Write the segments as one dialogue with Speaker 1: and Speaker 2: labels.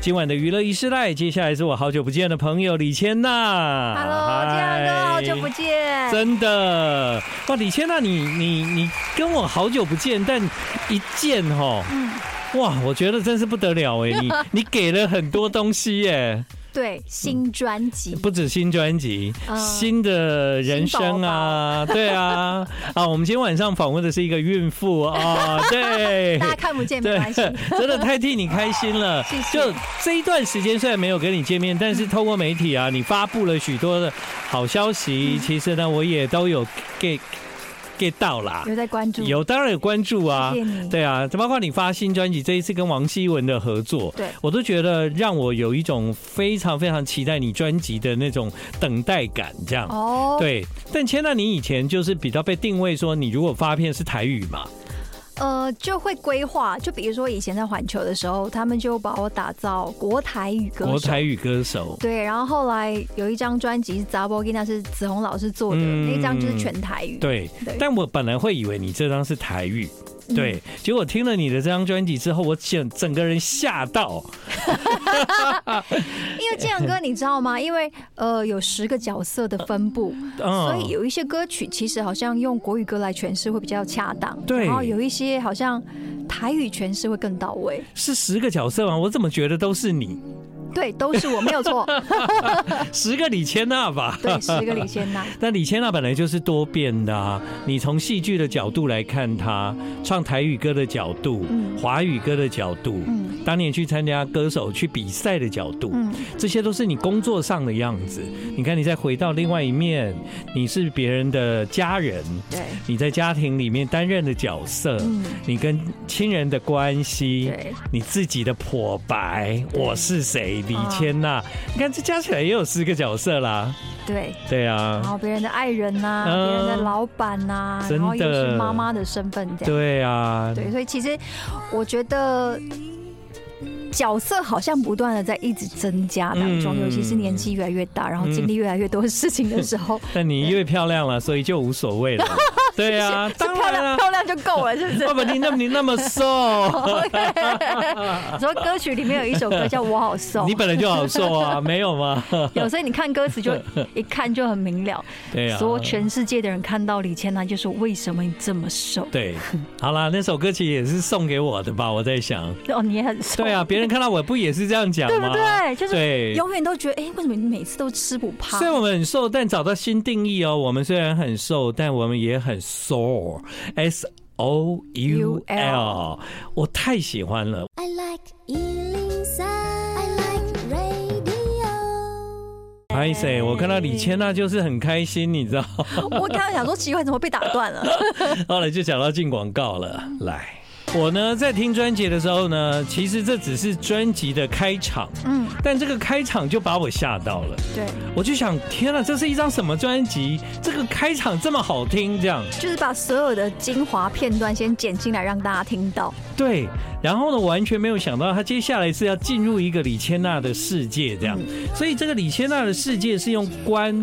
Speaker 1: 今晚的娱乐一时代，接下来是我好久不见的朋友李千娜。
Speaker 2: Hello，
Speaker 1: 嗨
Speaker 2: 建哥，好久不见。
Speaker 1: 真的哇，李千娜，你你你跟我好久不见，但一见吼，
Speaker 2: 嗯，
Speaker 1: 哇，我觉得真是不得了哎， 你你给了很多东西耶，
Speaker 2: 对，新专辑，
Speaker 1: 不止新专辑，
Speaker 2: 嗯
Speaker 1: 新的人生啊，对啊，啊，我们今天晚上访问的是一个孕妇啊， 对，
Speaker 2: 大家看不见没
Speaker 1: 对
Speaker 2: 关系。，
Speaker 1: 真的太替你开心了。
Speaker 2: 谢谢
Speaker 1: 就这一段时间虽然没有跟你见面，但是透过媒体啊，你发布了许多的好消
Speaker 2: 嗯
Speaker 1: 息。其实呢，我也都有 get get 到啦，
Speaker 2: 有在关注，
Speaker 1: 有当然有关注啊
Speaker 2: 谢谢。你。
Speaker 1: 对啊，包括你发新专辑这一次跟王希文的合作，
Speaker 2: 对
Speaker 1: 我都觉得让我有一种非常非常期待你专辑的那种等待感，这样。
Speaker 2: 哦，，
Speaker 1: 对，但千娜，你以前就是比较被定位说，你如果发片是台语嘛，
Speaker 2: 呃，就会规划，就比如说以前在环球的时候，他们就把我打造国台语歌手。
Speaker 1: 国台语歌手，
Speaker 2: 对，然后后来有一张专辑是《杂波吉娜》，是子红老师做的，
Speaker 1: 嗯
Speaker 2: 那张就是全台语。
Speaker 1: 对，
Speaker 2: 对
Speaker 1: 但我本来会以为你这张是台语，
Speaker 2: 嗯
Speaker 1: 对，结果听了你的这张专辑之后，我整整个人吓到，
Speaker 2: 因为建阳哥，你知道吗？因为呃，有十个角色的分布，
Speaker 1: 嗯
Speaker 2: 所以有一些歌曲其实好像用国语歌来诠释会比较恰当，
Speaker 1: 对
Speaker 2: 然后有一些好像台语诠释会更到位，
Speaker 1: 是十个角色吗？我怎么觉得都是你，
Speaker 2: 对，都是我没 有错，
Speaker 1: 十个李千娜吧？
Speaker 2: 对，十个李仙娜，
Speaker 1: 那李千娜本来就是多变的啊，你从戏剧的角度来看她，唱台语歌的角度，
Speaker 2: 嗯
Speaker 1: 华语歌的角度，
Speaker 2: 嗯
Speaker 1: 当年去参加歌手去比赛的角度，
Speaker 2: 嗯，
Speaker 1: 这些都是你工作上的样子。你看，你再回到另外一面，你是别人的家人，
Speaker 2: 对，
Speaker 1: 你在家庭里面担任的角色，
Speaker 2: 嗯，
Speaker 1: 你跟亲人的关系，
Speaker 2: 对，
Speaker 1: 你自己的破白，
Speaker 2: 对
Speaker 1: 我是谁，李
Speaker 2: 啊
Speaker 1: 千娜，你看这加起来也有十个角色啦，
Speaker 2: 对，
Speaker 1: 对
Speaker 2: 然
Speaker 1: 啊，
Speaker 2: 后别人的爱人呐、
Speaker 1: 嗯
Speaker 2: 别人的老板呐、
Speaker 1: 真的
Speaker 2: 然后又是妈妈的身份这样，
Speaker 1: 对啊，
Speaker 2: 对，所以其实我觉得。角色好像不断的在一直增加当中，
Speaker 1: 嗯
Speaker 2: 尤其是年纪越来越大，然后经历越来越多事情的时候，
Speaker 1: 但你因为漂亮了，所以就无所 谓了，对啊，
Speaker 2: 是
Speaker 1: 当
Speaker 2: 漂
Speaker 1: 然
Speaker 2: 亮
Speaker 1: 了。
Speaker 2: 漂亮就够了，是不是？
Speaker 1: 爸爸，你那么你那么 瘦，
Speaker 2: 你说歌曲里面有一首歌叫《我好瘦
Speaker 1: 你》，本来就好瘦啊， 没有吗？
Speaker 2: 有时候你看 歌词就一看就很明了，
Speaker 1: 对啊，
Speaker 2: 所有全世界的人看到李千娜就说：“为什么你这么瘦
Speaker 1: 对，好啦，那首歌其实也是送给我的吧，我在想，？”
Speaker 2: 哦，你也很瘦，
Speaker 1: 对啊，，别人看到我不也是这样讲
Speaker 2: 对
Speaker 1: 吗？
Speaker 2: 不对？就是
Speaker 1: 对，
Speaker 2: 永远都觉得，哎，为什么你每次都吃不 胖
Speaker 1: 虽？然我们很瘦，但找到新定义哦。我们虽然很瘦，但我们也很 soar，s o u l，我太喜欢了。
Speaker 3: I like Ealing Sound. I like radio.
Speaker 1: 拍谁？我看到李千娜就是很开心，你知道。
Speaker 2: 我刚刚想说奇怪，怎么被打 断了？
Speaker 1: 后来就讲到进广告了，来。我呢，在听专辑的时候呢，其实这只是专辑的开场，
Speaker 2: 嗯，
Speaker 1: 但这个开场就把我吓到了。
Speaker 2: 对，
Speaker 1: 我就想，天啊呐，这是一张什么专辑？这个开场这么好听，这样
Speaker 2: 就是把所有的精华片段先剪进来让大家听到。
Speaker 1: 对。然后呢，完全没有想到他接下来是要进入一个李千娜的世界，这样。
Speaker 2: 嗯
Speaker 1: 所以这个李千娜的世界是用关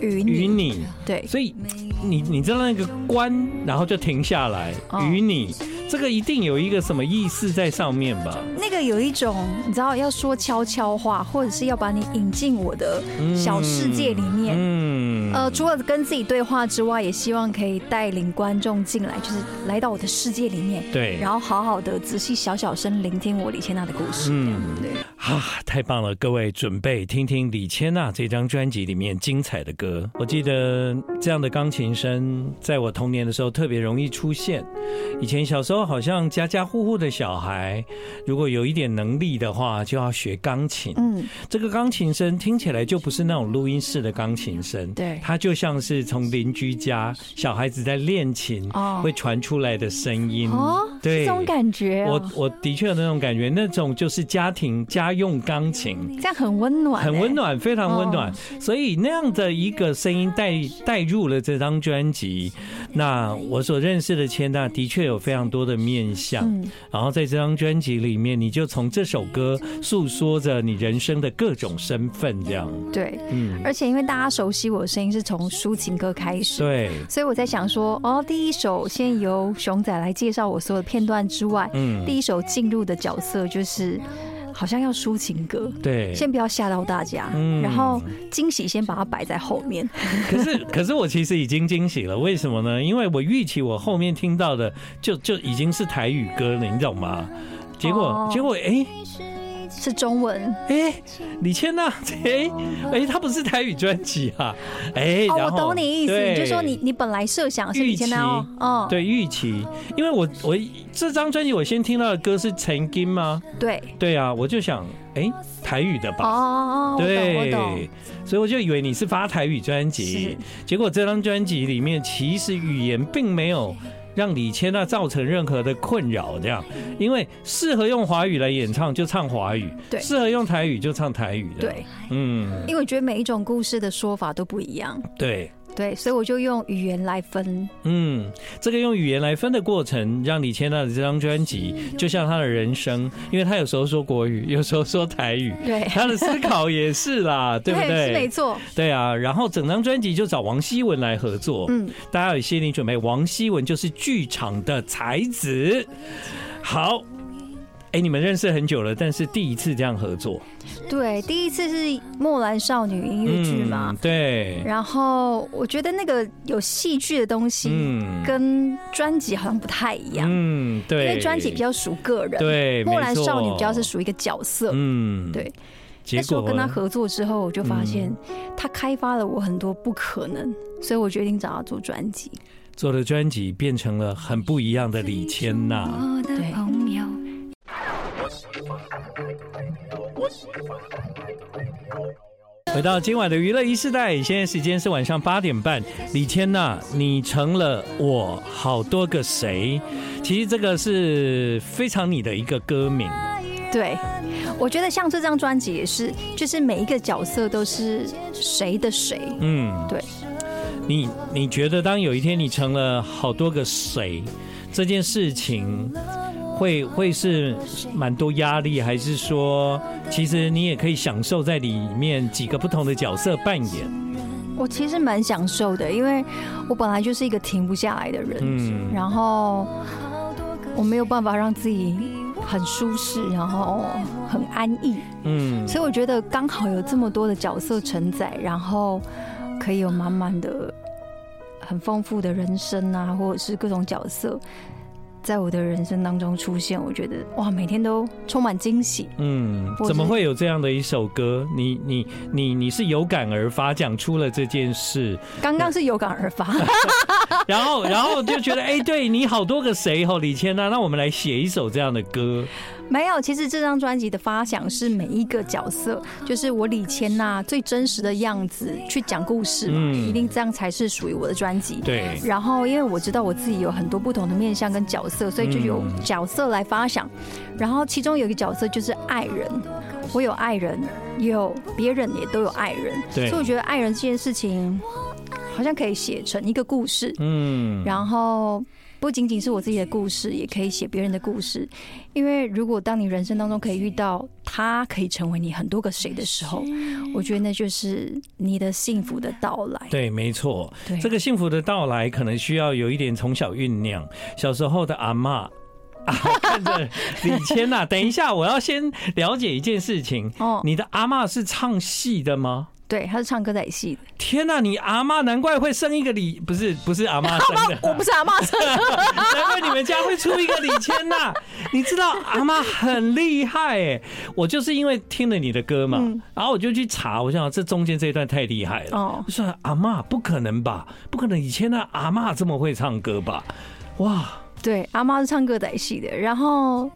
Speaker 2: 与
Speaker 1: 与
Speaker 2: 你，
Speaker 1: 你，
Speaker 2: 对，
Speaker 1: 所以你你知道那个关，然后就停下来
Speaker 2: 哦
Speaker 1: 与你，这个一定有一个什么意思在上面吧？
Speaker 2: 那个有一种你知道要说悄悄话，或者是要把你引进我的小世界里面。
Speaker 1: 嗯，
Speaker 2: 呃，除了跟自己对话之外，也希望可以带领观众进来，就是来到我的世界里面，
Speaker 1: 对，
Speaker 2: 然后好好的仔细小小声聆听我李千娜的故事。
Speaker 1: 嗯
Speaker 2: 嗯，对，
Speaker 1: 啊，太棒了！各位，准备听听李千娜这张专辑里面精彩的歌。我记得这样的钢琴声，在我童年的时候特别容易出现。以前小时候，好像家家户户的小孩，如果有一点能力的话，就要学钢琴。
Speaker 2: 嗯，
Speaker 1: 这个钢琴声听起来就不是那种录音室的钢琴声，
Speaker 2: 对
Speaker 1: 它就像是从邻居家小孩子在练琴
Speaker 2: 哦
Speaker 1: 会传出来的声音。
Speaker 2: 哦，
Speaker 1: 对
Speaker 2: 是这种感觉、哦
Speaker 1: 嗯我，我的确有那种感觉，那种就是家庭家用钢琴，
Speaker 2: 这样很温暖、
Speaker 1: 很温
Speaker 2: 欸。
Speaker 1: 暖，非常温暖。所以那样的一个声音带带入了这张专辑。那我所认识的千娜的确有非常多的面相，
Speaker 2: 嗯
Speaker 1: 然后在这张专辑里面，你就从这首歌诉说着你人生的各种身份，这样。
Speaker 2: 对，
Speaker 1: 嗯，
Speaker 2: 而且因为大家熟悉我的声音是从抒情歌开始，
Speaker 1: 对，
Speaker 2: 所以我在想说，哦，第一首先由熊仔来介绍我所有的片段之外，
Speaker 1: 嗯，
Speaker 2: 第一首进入的角色就是好像要抒情歌，
Speaker 1: 对，
Speaker 2: 先不要吓到大家，
Speaker 1: 嗯
Speaker 2: 然后惊喜先把它摆在后 面。
Speaker 1: 可是，可是我其实已经惊喜了，为什么呢？因为我预期我后面听到的就就已经是台语歌了，你懂吗？结果，
Speaker 2: 哦
Speaker 1: 结果，哎
Speaker 2: 是中文
Speaker 1: 哎，李千娜， 哎哎，她不是台语专辑啊，哎，
Speaker 2: 哦，
Speaker 1: 然
Speaker 2: 我
Speaker 1: 后
Speaker 2: 懂你意思，
Speaker 1: 对
Speaker 2: 你就说你你本来设想是你现在要
Speaker 1: 预期
Speaker 2: 哦，
Speaker 1: 对预期，因为我我这张专辑我先听到的歌是陈金吗？
Speaker 2: 对，
Speaker 1: 对啊，我就想，哎，台语的
Speaker 2: 哦
Speaker 1: 吧，
Speaker 2: 哦，哦我懂我懂
Speaker 1: 对，，所以我就以为你是发台语专辑，结果这张专辑里面其实语言并没有让李千娜造成任何的困扰，这样，因为适合用华语来演唱就唱华语，
Speaker 2: 对
Speaker 1: 适合用台语就唱台语的，，
Speaker 2: 对，
Speaker 1: 嗯，
Speaker 2: 因为我觉得每一种故事的说法都不一样，
Speaker 1: 对。
Speaker 2: 对，所以我就用语言来分，
Speaker 1: 嗯，这个用语言来分的过程，让李千娜的这张专辑，
Speaker 2: 嗯
Speaker 1: 就像她的人生，因为她有时候说国语，有时候说台语，
Speaker 2: 对，
Speaker 1: 她的思考也是 啦， 对不对？
Speaker 2: 是没错，
Speaker 1: 对啊，然后整张专辑就找王希文来合作，
Speaker 2: 嗯，
Speaker 1: 大家有心理准备，王希文就是剧场的才子。好，哎，你们认识很久了，但是第一次这样合作，
Speaker 2: 对，第一次是《木兰少女》音乐剧嘛，
Speaker 1: 嗯对，
Speaker 2: 然后我觉得那个有戏剧的东西
Speaker 1: 嗯
Speaker 2: 跟专辑好像不太一样，
Speaker 1: 嗯，对，
Speaker 2: 因为专辑比较属个人，
Speaker 1: 对，
Speaker 2: 木兰少女比较是
Speaker 1: 没错
Speaker 2: 属一个角色。
Speaker 1: 嗯，
Speaker 2: 对，
Speaker 1: 结
Speaker 2: 那时候
Speaker 1: 果嗯
Speaker 2: 跟他合作之后，我就发现他开发了我很多不可能，所以我决定找他做专辑。
Speaker 1: 做的专辑变成了很不一样的李千娜。
Speaker 3: 我的
Speaker 2: 对
Speaker 3: 朋友，
Speaker 1: 回到今晚的娱乐一世代，现在时间是晚上八点半。李千娜，你成了我好多个谁？其实这个是非常你的一个歌名，
Speaker 2: 对，我觉得像这张专辑也是，就是每一个角色都是谁的谁。
Speaker 1: 嗯，
Speaker 2: 对。
Speaker 1: 你你觉得当有一天你成了好多个谁，这件事情会会是蛮多压力，还是说其实你也可以享受在里面几个不同的角色扮演？
Speaker 2: 我其实蛮享受的，因为我本来就是一个停不下来的人，
Speaker 1: 嗯
Speaker 2: 然后我没有办法让自己很舒适，然后很安逸，
Speaker 1: 嗯
Speaker 2: 所以我觉得刚好有这么多的角色承载，然后可以有满满的、很丰富的人生啊，或者是各种角色。在我的人生当中出现，我觉得哇，每天都充满惊喜。
Speaker 1: 嗯，
Speaker 2: 我
Speaker 1: 怎么
Speaker 2: 是
Speaker 1: 会有这样的一首歌？你你你你是有感而发讲出了这件 事，
Speaker 2: 刚刚是有感而发，
Speaker 1: 然后然后就觉得哎、对你好多个谁吼李千娜，那我们来写一首这样的歌，
Speaker 2: 没有，其实这张专辑的发想是每一个角色，就是我李千娜最真实的样子去讲故事嘛，
Speaker 1: 嗯
Speaker 2: 一定这样才是属于我的专辑。
Speaker 1: 对，
Speaker 2: 然后，因为我知道我自己有很多不同的面相跟角色，所以就有
Speaker 1: 嗯
Speaker 2: 角色来发想。然后其中有一个角色就是爱人，我有爱人，也有别人也都有爱人，
Speaker 1: 对
Speaker 2: 所以我觉得爱人这件事情好像可以写成一个故事。
Speaker 1: 嗯，
Speaker 2: 然后不仅仅是我自己的故事，也可以写别人的故事。因为如果当你人生当中可以遇到他，可以成为你很多个谁的时候，我觉得那就是你的幸福的到来。
Speaker 1: 对，没错，
Speaker 2: 对
Speaker 1: 这个幸福的到来可能需要有一点从小酝酿。小时候的阿嬷 啊，看着李千娜，等一下，我要先了解一件事情。
Speaker 2: 哦，
Speaker 1: 你的阿嬷是唱戏的吗？
Speaker 2: 对，他是唱歌仔戏的。
Speaker 1: 天呐、你阿嬷难怪会生一个李，不是不是阿嬷生的，
Speaker 2: 我不是阿妈生的，
Speaker 1: 难怪你们家会出一个李千 娜。你知道阿妈很厉害哎、我就是因为听了你的歌嘛，然后我就去查，我想这中间这一段太厉害了。
Speaker 2: 嗯哦
Speaker 1: 我说阿妈不可能吧？不可能以前的阿妈这么会唱歌吧？哇，
Speaker 2: 对，阿妈是唱歌仔戏的。然后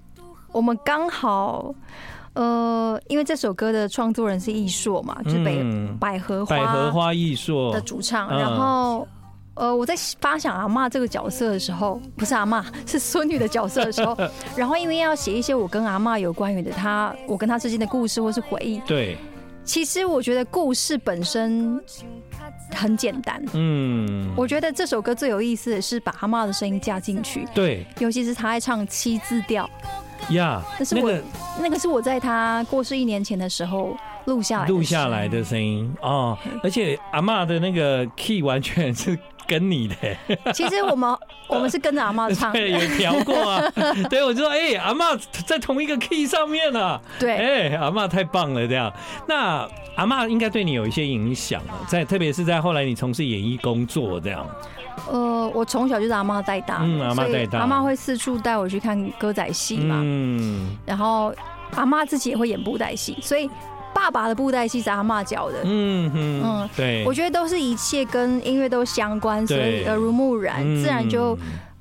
Speaker 2: 我们刚好。呃，因为这首歌的创作人是艺硕嘛，就是北、
Speaker 1: 嗯
Speaker 2: 百合花
Speaker 1: 百合花艺术
Speaker 2: 的主唱，
Speaker 1: 嗯
Speaker 2: 然后。呃，我在发想阿嬷这个角色的时候，不是阿嬷，是孙女的角色 的时候，然后因为要写一些我跟阿嬷有关于的她，我跟她之间的故事或是回忆。
Speaker 1: 对，
Speaker 2: 其实我觉得故事本身很简单，
Speaker 1: 嗯，
Speaker 2: 我觉得这首歌最有意思的是把阿嬷的声音加进去，
Speaker 1: 对
Speaker 2: 尤其是她爱唱七字调，
Speaker 1: 呀，
Speaker 2: 那是
Speaker 1: 那
Speaker 2: 我
Speaker 1: 个
Speaker 2: 那个是我在她过世一年前的时候录下来的
Speaker 1: 录下
Speaker 2: 声音
Speaker 1: 来的声音哦，而且阿妈的那个 key 完全是跟你的、
Speaker 2: 其实我们 我们是跟着阿妈唱，
Speaker 1: 对，有聊过 啊。对，我就说，哎、阿嬷在同一个 key 上面啊。
Speaker 2: 对，
Speaker 1: 哎、阿嬷太棒了，这样。那阿嬷应该对你有一些影响啊，在特别是在后来你从事演艺工作这样。
Speaker 2: 呃，我从小就是阿妈带大的，
Speaker 1: 嗯阿嬷
Speaker 2: 所以
Speaker 1: 带大
Speaker 2: 阿妈会四处带我去看歌仔戏嘛，
Speaker 1: 嗯
Speaker 2: 然后阿妈自己也会演布袋戏，所以爸爸的布袋戏是阿妈教的，
Speaker 1: 嗯哼
Speaker 2: 嗯
Speaker 1: 对
Speaker 2: 我。觉得都是一切跟音乐都相关，所以
Speaker 1: 对
Speaker 2: 耳濡目染，
Speaker 1: 嗯
Speaker 2: 自然就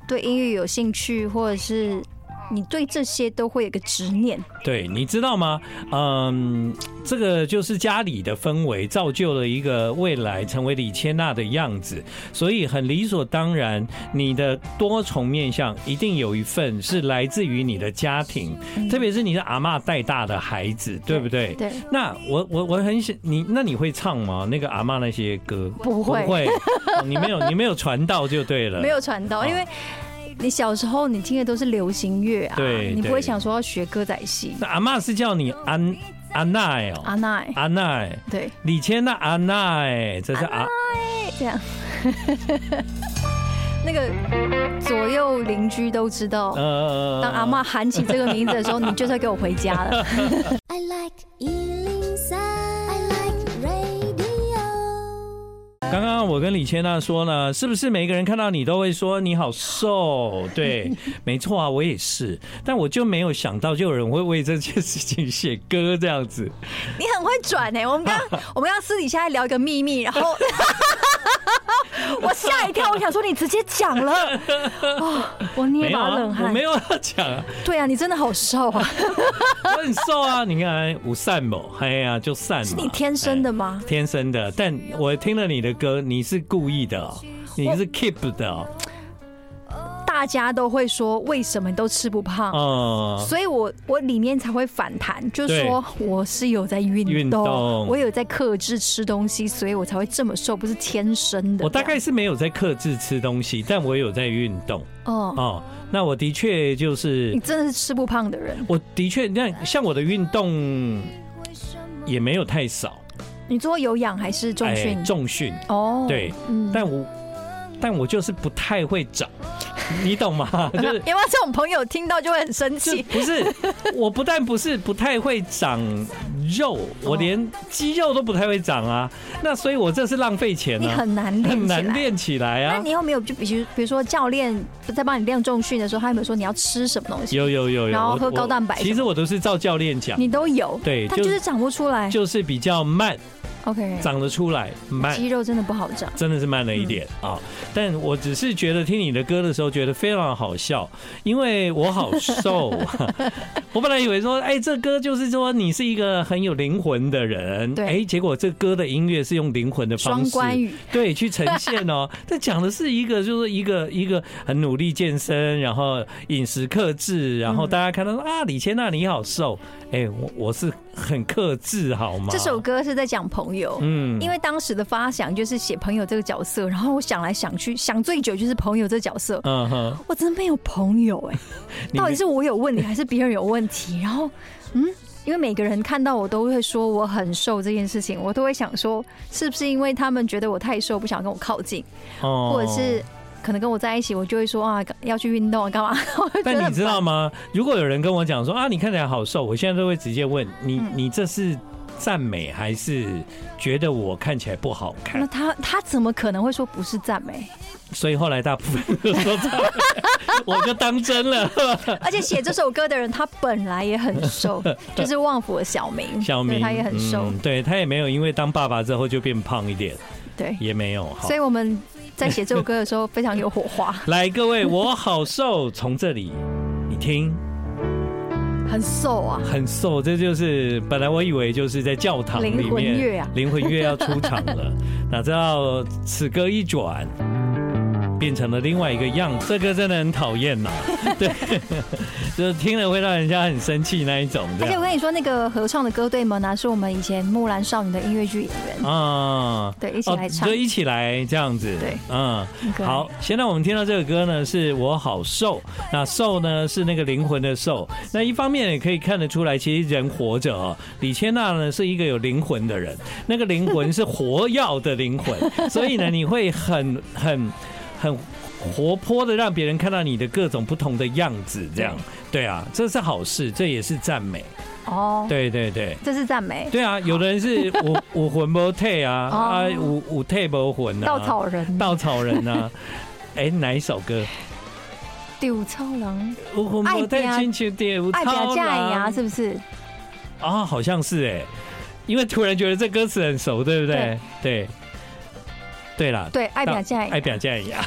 Speaker 2: 对音乐有兴趣，或者是你对这些都会有个执念。
Speaker 1: 对，你知道吗？嗯，这个就是家里的氛围造就了一个未来成为李千娜的样子，所以很理所当然，你的多重面相一定有一份是来自于你的家庭，特别是你是阿嬷带大的孩子，对不对？
Speaker 2: 嗯对，
Speaker 1: 那我我我很想你，那你会唱吗？那个阿嬷那些歌
Speaker 2: 不会
Speaker 1: 不 会，哦你没有你没有传到就对了，
Speaker 2: 没有传到，
Speaker 1: 啊
Speaker 2: 因为你小时候你听的都是流行乐啊，
Speaker 1: 对
Speaker 2: 你不
Speaker 1: 对
Speaker 2: 会想说要学歌仔戏。
Speaker 1: 那阿嬷是叫你安安奈哦，
Speaker 2: 阿奈，
Speaker 1: 安奈，
Speaker 2: 对，
Speaker 1: 李千娜安奈，这是阿
Speaker 2: 这样， 那个左右邻居都知道。
Speaker 1: 呃
Speaker 2: 当阿嬷喊起这个名字的时候，你就是要给我回家了。
Speaker 3: I like Ealing Sound. I like radio.
Speaker 1: 刚刚我跟李千娜说呢，是不是每个人看到你都会说你好瘦？ 对，没错啊，我也是，但我就没有想到，就有人会为这件事情写歌这样子。
Speaker 2: 你很会转哎、我们刚 我们刚私底下还聊一个秘密，然后我吓一跳，我想说你直接讲了， 哦，我捏
Speaker 1: 没有
Speaker 2: 把
Speaker 1: 啊
Speaker 2: 冷，
Speaker 1: 我
Speaker 2: 汗。
Speaker 1: 没有要讲、啊，
Speaker 2: 对啊，你真的好瘦啊，
Speaker 1: 我很瘦啊，你看五散某，哎呀就散嘛。
Speaker 2: 是你天生的吗
Speaker 1: 哎？天生的，但我听了你的歌，你是故意的、哦，你是 keep 的、哦，
Speaker 2: 大家都会说为什么你都吃不胖，
Speaker 1: 嗯、
Speaker 2: 所以我我里面才会反弹，就是
Speaker 1: 对
Speaker 2: 说我是有在运动，
Speaker 1: 运动
Speaker 2: 我有在克制吃东西，所以我才会这么瘦，不是天生的。
Speaker 1: 我大概是没有在克制吃东西，但我有在运动
Speaker 2: 哦，
Speaker 1: 哦。那我的确就是
Speaker 2: 你，真的是吃不胖的人，
Speaker 1: 我的确，那像我的运动也没有太少，
Speaker 2: 你做有氧还是重训？
Speaker 1: 哎重训，
Speaker 2: 哦，
Speaker 1: 对，
Speaker 2: 嗯
Speaker 1: 但我但我就是不太会长， 你懂 吗？ 就
Speaker 2: 因为
Speaker 1: 是
Speaker 2: 这种朋友听到就会很生
Speaker 1: 就
Speaker 2: 气。
Speaker 1: 不是，我不但不是不太会长肉，
Speaker 2: 哦
Speaker 1: 我连肌肉都不太会长啊。那所以，我这是浪费钱
Speaker 2: 你
Speaker 1: 啊，
Speaker 2: 很难练，
Speaker 1: 很难。练起来
Speaker 2: 那
Speaker 1: 啊。
Speaker 2: 你有没有就比如比如说教练在帮你练重训的时候，他有没有说你要吃什么东西？
Speaker 1: 有有有有，
Speaker 2: 然后
Speaker 1: 我
Speaker 2: 喝
Speaker 1: 我
Speaker 2: 高蛋白
Speaker 1: 其实我都是照教练讲，
Speaker 2: 你都有，
Speaker 1: 对
Speaker 2: 但
Speaker 1: 就
Speaker 2: 就是长不出来。
Speaker 1: 就是比较慢，
Speaker 2: OK，
Speaker 1: 长得出来慢。
Speaker 2: 肌肉真的不好长。
Speaker 1: 真的是慢了一点
Speaker 2: 嗯
Speaker 1: 啊、但我只是觉得听你的歌的时候觉得非常好笑，因为我好 瘦、啊。我本来以为说，哎、这歌就是说你是一个很有灵魂的人，
Speaker 2: 对
Speaker 1: 哎、结果这歌的音乐是用灵魂的方
Speaker 2: 双
Speaker 1: 式，
Speaker 2: 关语，
Speaker 1: 对，去呈现 哦。这讲的是一个，就是一个一个很努力健身，然后饮食克制，然后大家看到说、啊，李千娜你好瘦，哎、我我是很克制好吗？
Speaker 2: 这首歌是在讲朋友。
Speaker 1: 嗯
Speaker 2: 因为当时的发想就是写朋友这个角色，然后我想来想去，想最久就是朋友这角色。
Speaker 1: 嗯哼，
Speaker 2: 我真没有朋友哎、
Speaker 1: 你
Speaker 2: 到底是我有问题还是别人有问题？然后， 嗯，因为每个人看到我都会说我很瘦这件事情，我都会想说，是不是因为他们觉得我太瘦，不想跟我靠近，
Speaker 1: 哦
Speaker 2: 或者是可能跟我在一起，我就会说啊要去运动啊干嘛？ 我就觉得
Speaker 1: 但
Speaker 2: 很
Speaker 1: 你知道
Speaker 2: 烦
Speaker 1: 吗？如果有人跟我讲说啊，你看起来好瘦，我现在都会直接问你，
Speaker 2: 嗯
Speaker 1: 你这是赞美还是觉得我看起来不好
Speaker 2: 那
Speaker 1: 看？
Speaker 2: 他他怎么可能会说不是赞 美？
Speaker 1: 所以后来大部分都说赞美， 我就当真 了。
Speaker 2: 而且写这首歌的人，他本来也很 瘦，就是旺福的小明，
Speaker 1: 小明
Speaker 2: 对他也很瘦，
Speaker 1: 嗯对他也没有因为当爸爸之后就变胖一点，
Speaker 2: 对，
Speaker 1: 也没有。好
Speaker 2: 所以我们在写这首歌的时候非常有火花，
Speaker 1: 来，各位，我好瘦，从这里你听。
Speaker 2: 很瘦啊，
Speaker 1: 很瘦，这就是本来我以为就是在教堂里面
Speaker 2: 灵魂乐啊
Speaker 1: 灵魂乐要出场了，哪知道此歌一转，变成了另外一个样子，这歌真的很讨厌 呐。对，就是听了会让人家很生气那一种。这
Speaker 2: 而且
Speaker 1: 样
Speaker 2: 我跟你说，那个合唱的歌队们呢、啊是我们以前《木兰少女》的音乐剧演员，
Speaker 1: 啊，
Speaker 2: 对，一起来唱
Speaker 1: 就。一起来这样子。
Speaker 2: 对，
Speaker 1: 嗯。
Speaker 2: 很可爱
Speaker 1: 好，现在我们听到这个歌呢，是我好瘦。那瘦呢是那个灵魂的瘦。那一方面也可以看得出来，其实人活着哦，李千娜呢是一个有灵魂的人，那个灵魂是活药的灵 魂，所以呢你会很很很活泼的让别人看到你的各种不同的样子，这样对啊，这是好事，这也是赞美。
Speaker 2: 哦，
Speaker 1: 对对对。
Speaker 2: 这是赞美，
Speaker 1: 对啊，有的人是武武魂不退啊，
Speaker 2: 哦
Speaker 1: 啊武武退不魂啊，
Speaker 2: 稻草人，
Speaker 1: 稻草人 啊，哎、哪一首歌？
Speaker 2: 丢超狼，
Speaker 1: 武魂不退，
Speaker 2: 爱拼啊
Speaker 1: 亲像蝶舞
Speaker 2: 爱啊表
Speaker 1: 超
Speaker 2: 嫁呀，
Speaker 1: 郎
Speaker 2: 是不是？
Speaker 1: 啊，好像是哎、因为突然觉得这歌词很熟，对不对？对，对啦，
Speaker 2: 对，爱表嫁
Speaker 1: 爱
Speaker 2: 哎呀，
Speaker 1: 表嫁 呀。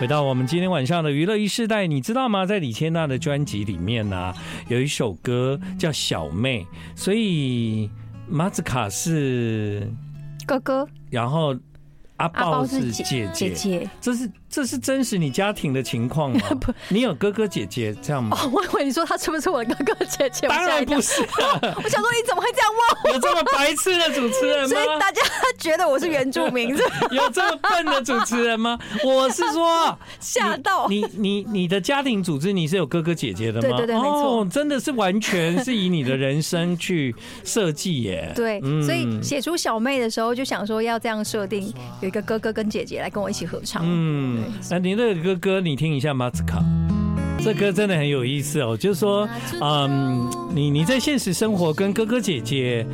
Speaker 1: 回到我们今天晚上的娱乐一世代，你知道吗？在李千娜的专辑里面呢、有一首歌叫《小妹》，所以马子卡是，
Speaker 2: 哥哥，
Speaker 1: 然后阿
Speaker 2: 阿
Speaker 1: 豹
Speaker 2: 包
Speaker 1: 是
Speaker 2: 是
Speaker 1: 姐
Speaker 2: 姐
Speaker 1: 姐，
Speaker 2: 姐姐。
Speaker 1: 这是这是真实你家庭的情况 吗？你有哥哥姐姐这样吗？
Speaker 2: 哦，我以为你说他是不是我的哥哥姐 姐？我
Speaker 1: 当
Speaker 2: 吓
Speaker 1: 然
Speaker 2: 一跳
Speaker 1: 不是、啊，
Speaker 2: 我想说你怎么会这样问
Speaker 1: 有这么白痴的主持人
Speaker 2: 我？所以
Speaker 1: 吗？
Speaker 2: 大家觉得我是原住民，是不是
Speaker 1: 有这么笨的主持人吗？我是说，
Speaker 2: 吓到。
Speaker 1: 你你你的家庭组织你是有哥哥姐姐的吗？
Speaker 2: 对对对没错
Speaker 1: 哦，真的是完全是以你的人生去设计耶。
Speaker 2: 对，
Speaker 1: 嗯
Speaker 2: 所以写出小妹的时候就想说要这样设定，有一个哥哥跟姐姐来跟我一起合唱。
Speaker 1: 嗯，那您的歌歌你听一下马斯卡。这歌真的很有意思哦，就是说，嗯，你你在现实生活跟哥哥姐姐，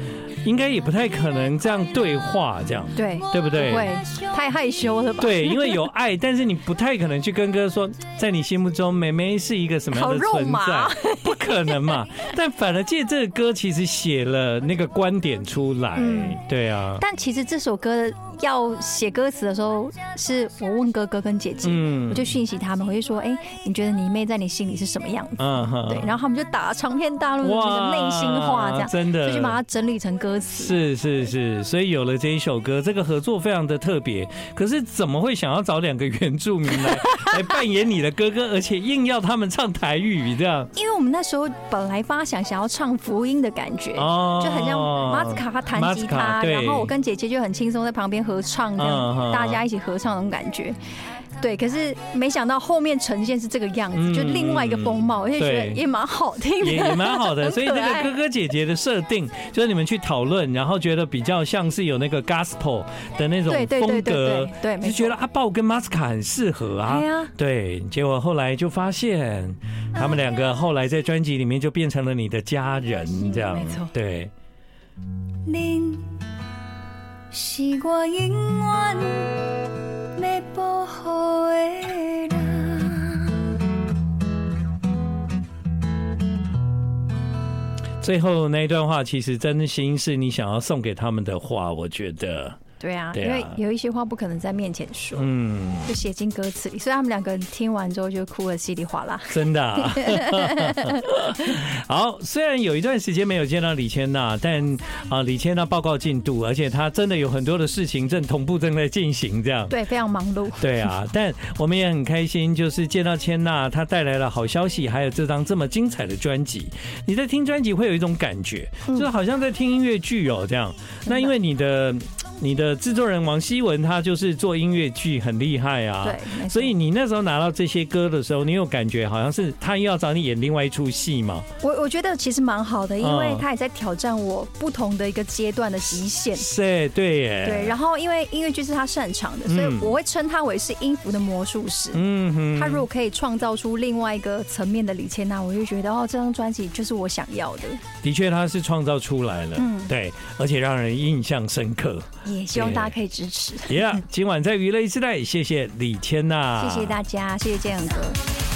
Speaker 1: 应该也不太可能这样对话，这样
Speaker 2: 对，
Speaker 1: 对不对？
Speaker 2: 不会太害羞了吧？
Speaker 1: 对，因为有爱，但是你不太可能去跟哥说，在你心目中妹妹是一个什么样的
Speaker 2: 烤肉
Speaker 1: 存在
Speaker 2: 麻，
Speaker 1: 不可能嘛。但反而借这个歌，其实写了那个观点出来，
Speaker 2: 嗯
Speaker 1: 对啊，
Speaker 2: 但其实这首歌要写歌词的时候，是我问哥哥跟姐姐，
Speaker 1: 嗯
Speaker 2: 我就讯息他们，我就说：“哎、你觉得你妹在你心里是什么样子？”
Speaker 1: 嗯哼
Speaker 2: 对，然后他们就打长篇大论，就是内心话这样，
Speaker 1: 真的，
Speaker 2: 所以就把它整理成歌词。
Speaker 1: 是是是，所以有了这一首歌，这个合作非常的特别。可是怎么会想要找两个原住民 来来扮演你的哥哥，而且硬要他们唱台语这样？
Speaker 2: 因为我们那时候本来发想想要唱福音的感觉，
Speaker 1: 哦
Speaker 2: 就很像马斯卡他弹吉
Speaker 1: Mazzuca，
Speaker 2: 他，
Speaker 1: 对
Speaker 2: 然后我跟姐姐就很轻松在旁边合唱，这
Speaker 1: 嗯嗯嗯
Speaker 2: 样大家一起合唱那种感觉。对，可是没想到后面呈现是这个样子，
Speaker 1: 嗯
Speaker 2: 就另外一个风貌，而且觉得
Speaker 1: 对
Speaker 2: 也蛮好听
Speaker 1: 也
Speaker 2: 的。
Speaker 1: 也蛮好的，
Speaker 2: 很
Speaker 1: 所以
Speaker 2: 可
Speaker 1: 这个
Speaker 2: 爱
Speaker 1: 哥哥姐姐的设定，就是你们去讨论，然后觉得比较像是有那个 gospel 的那种
Speaker 2: 对对
Speaker 1: 风
Speaker 2: 对对
Speaker 1: 格
Speaker 2: 对，对，没
Speaker 1: 就
Speaker 2: 错
Speaker 1: 觉得阿豹跟马斯卡很适合啊
Speaker 2: 哎。呀，
Speaker 1: 对，结果后来就发现，他们两个后来在专辑里面就变成了你的家人，这样
Speaker 2: 没错
Speaker 1: 对。
Speaker 3: 恁是我永远要保护的人。
Speaker 1: 最后那一段话，其实真心是你想要送给他们的话，我觉得，
Speaker 2: 对啊，
Speaker 1: 对
Speaker 2: 因
Speaker 1: 啊
Speaker 2: 为有一些话不可能在面前说，
Speaker 1: 嗯，
Speaker 2: 就写进歌词里，所以他们两个人听完之后就哭得稀里哗啦。
Speaker 1: 真的啊、 好，虽然有一段时间没有见到李千娜，但啊、李千娜报告进度，而且她真的有很多的事情正同步正在进行，这样。
Speaker 2: 对，非常忙碌。
Speaker 1: 对啊，但我们也很开心，就是见到千娜，她带来了好消息，还有这张这么精彩的专辑。你在听专辑会有一种感觉，就是好像在听音乐剧哦，这样。那因为你的你的制作人王希文，他就是做音乐剧很厉害啊。
Speaker 2: 对，没错
Speaker 1: 所以你那时候拿到这些歌的时候，你有感觉好像是他又要找你演另外一出戏吗？
Speaker 2: 我我觉得其实蛮好的，因为
Speaker 1: 嗯
Speaker 2: 他也在挑战我不同的一个阶段的极限。
Speaker 1: 是，对耶。
Speaker 2: 对，然后因为音乐剧是他擅长的，
Speaker 1: 嗯
Speaker 2: 所以我会称他为是音符的魔术师。
Speaker 1: 嗯哼
Speaker 2: 他如果可以创造出另外一个层面的李千娜，我就觉得哦，这张专辑就是我想要的。
Speaker 1: 的确他是创造出来了，
Speaker 2: 嗯
Speaker 1: 对，而且让人印象深刻。
Speaker 2: 也希望
Speaker 1: 对
Speaker 2: 大家可以支持，
Speaker 1: Yeah，今晚在娱乐一时代，谢谢李千娜，
Speaker 2: 谢谢大家，谢谢建恒哥。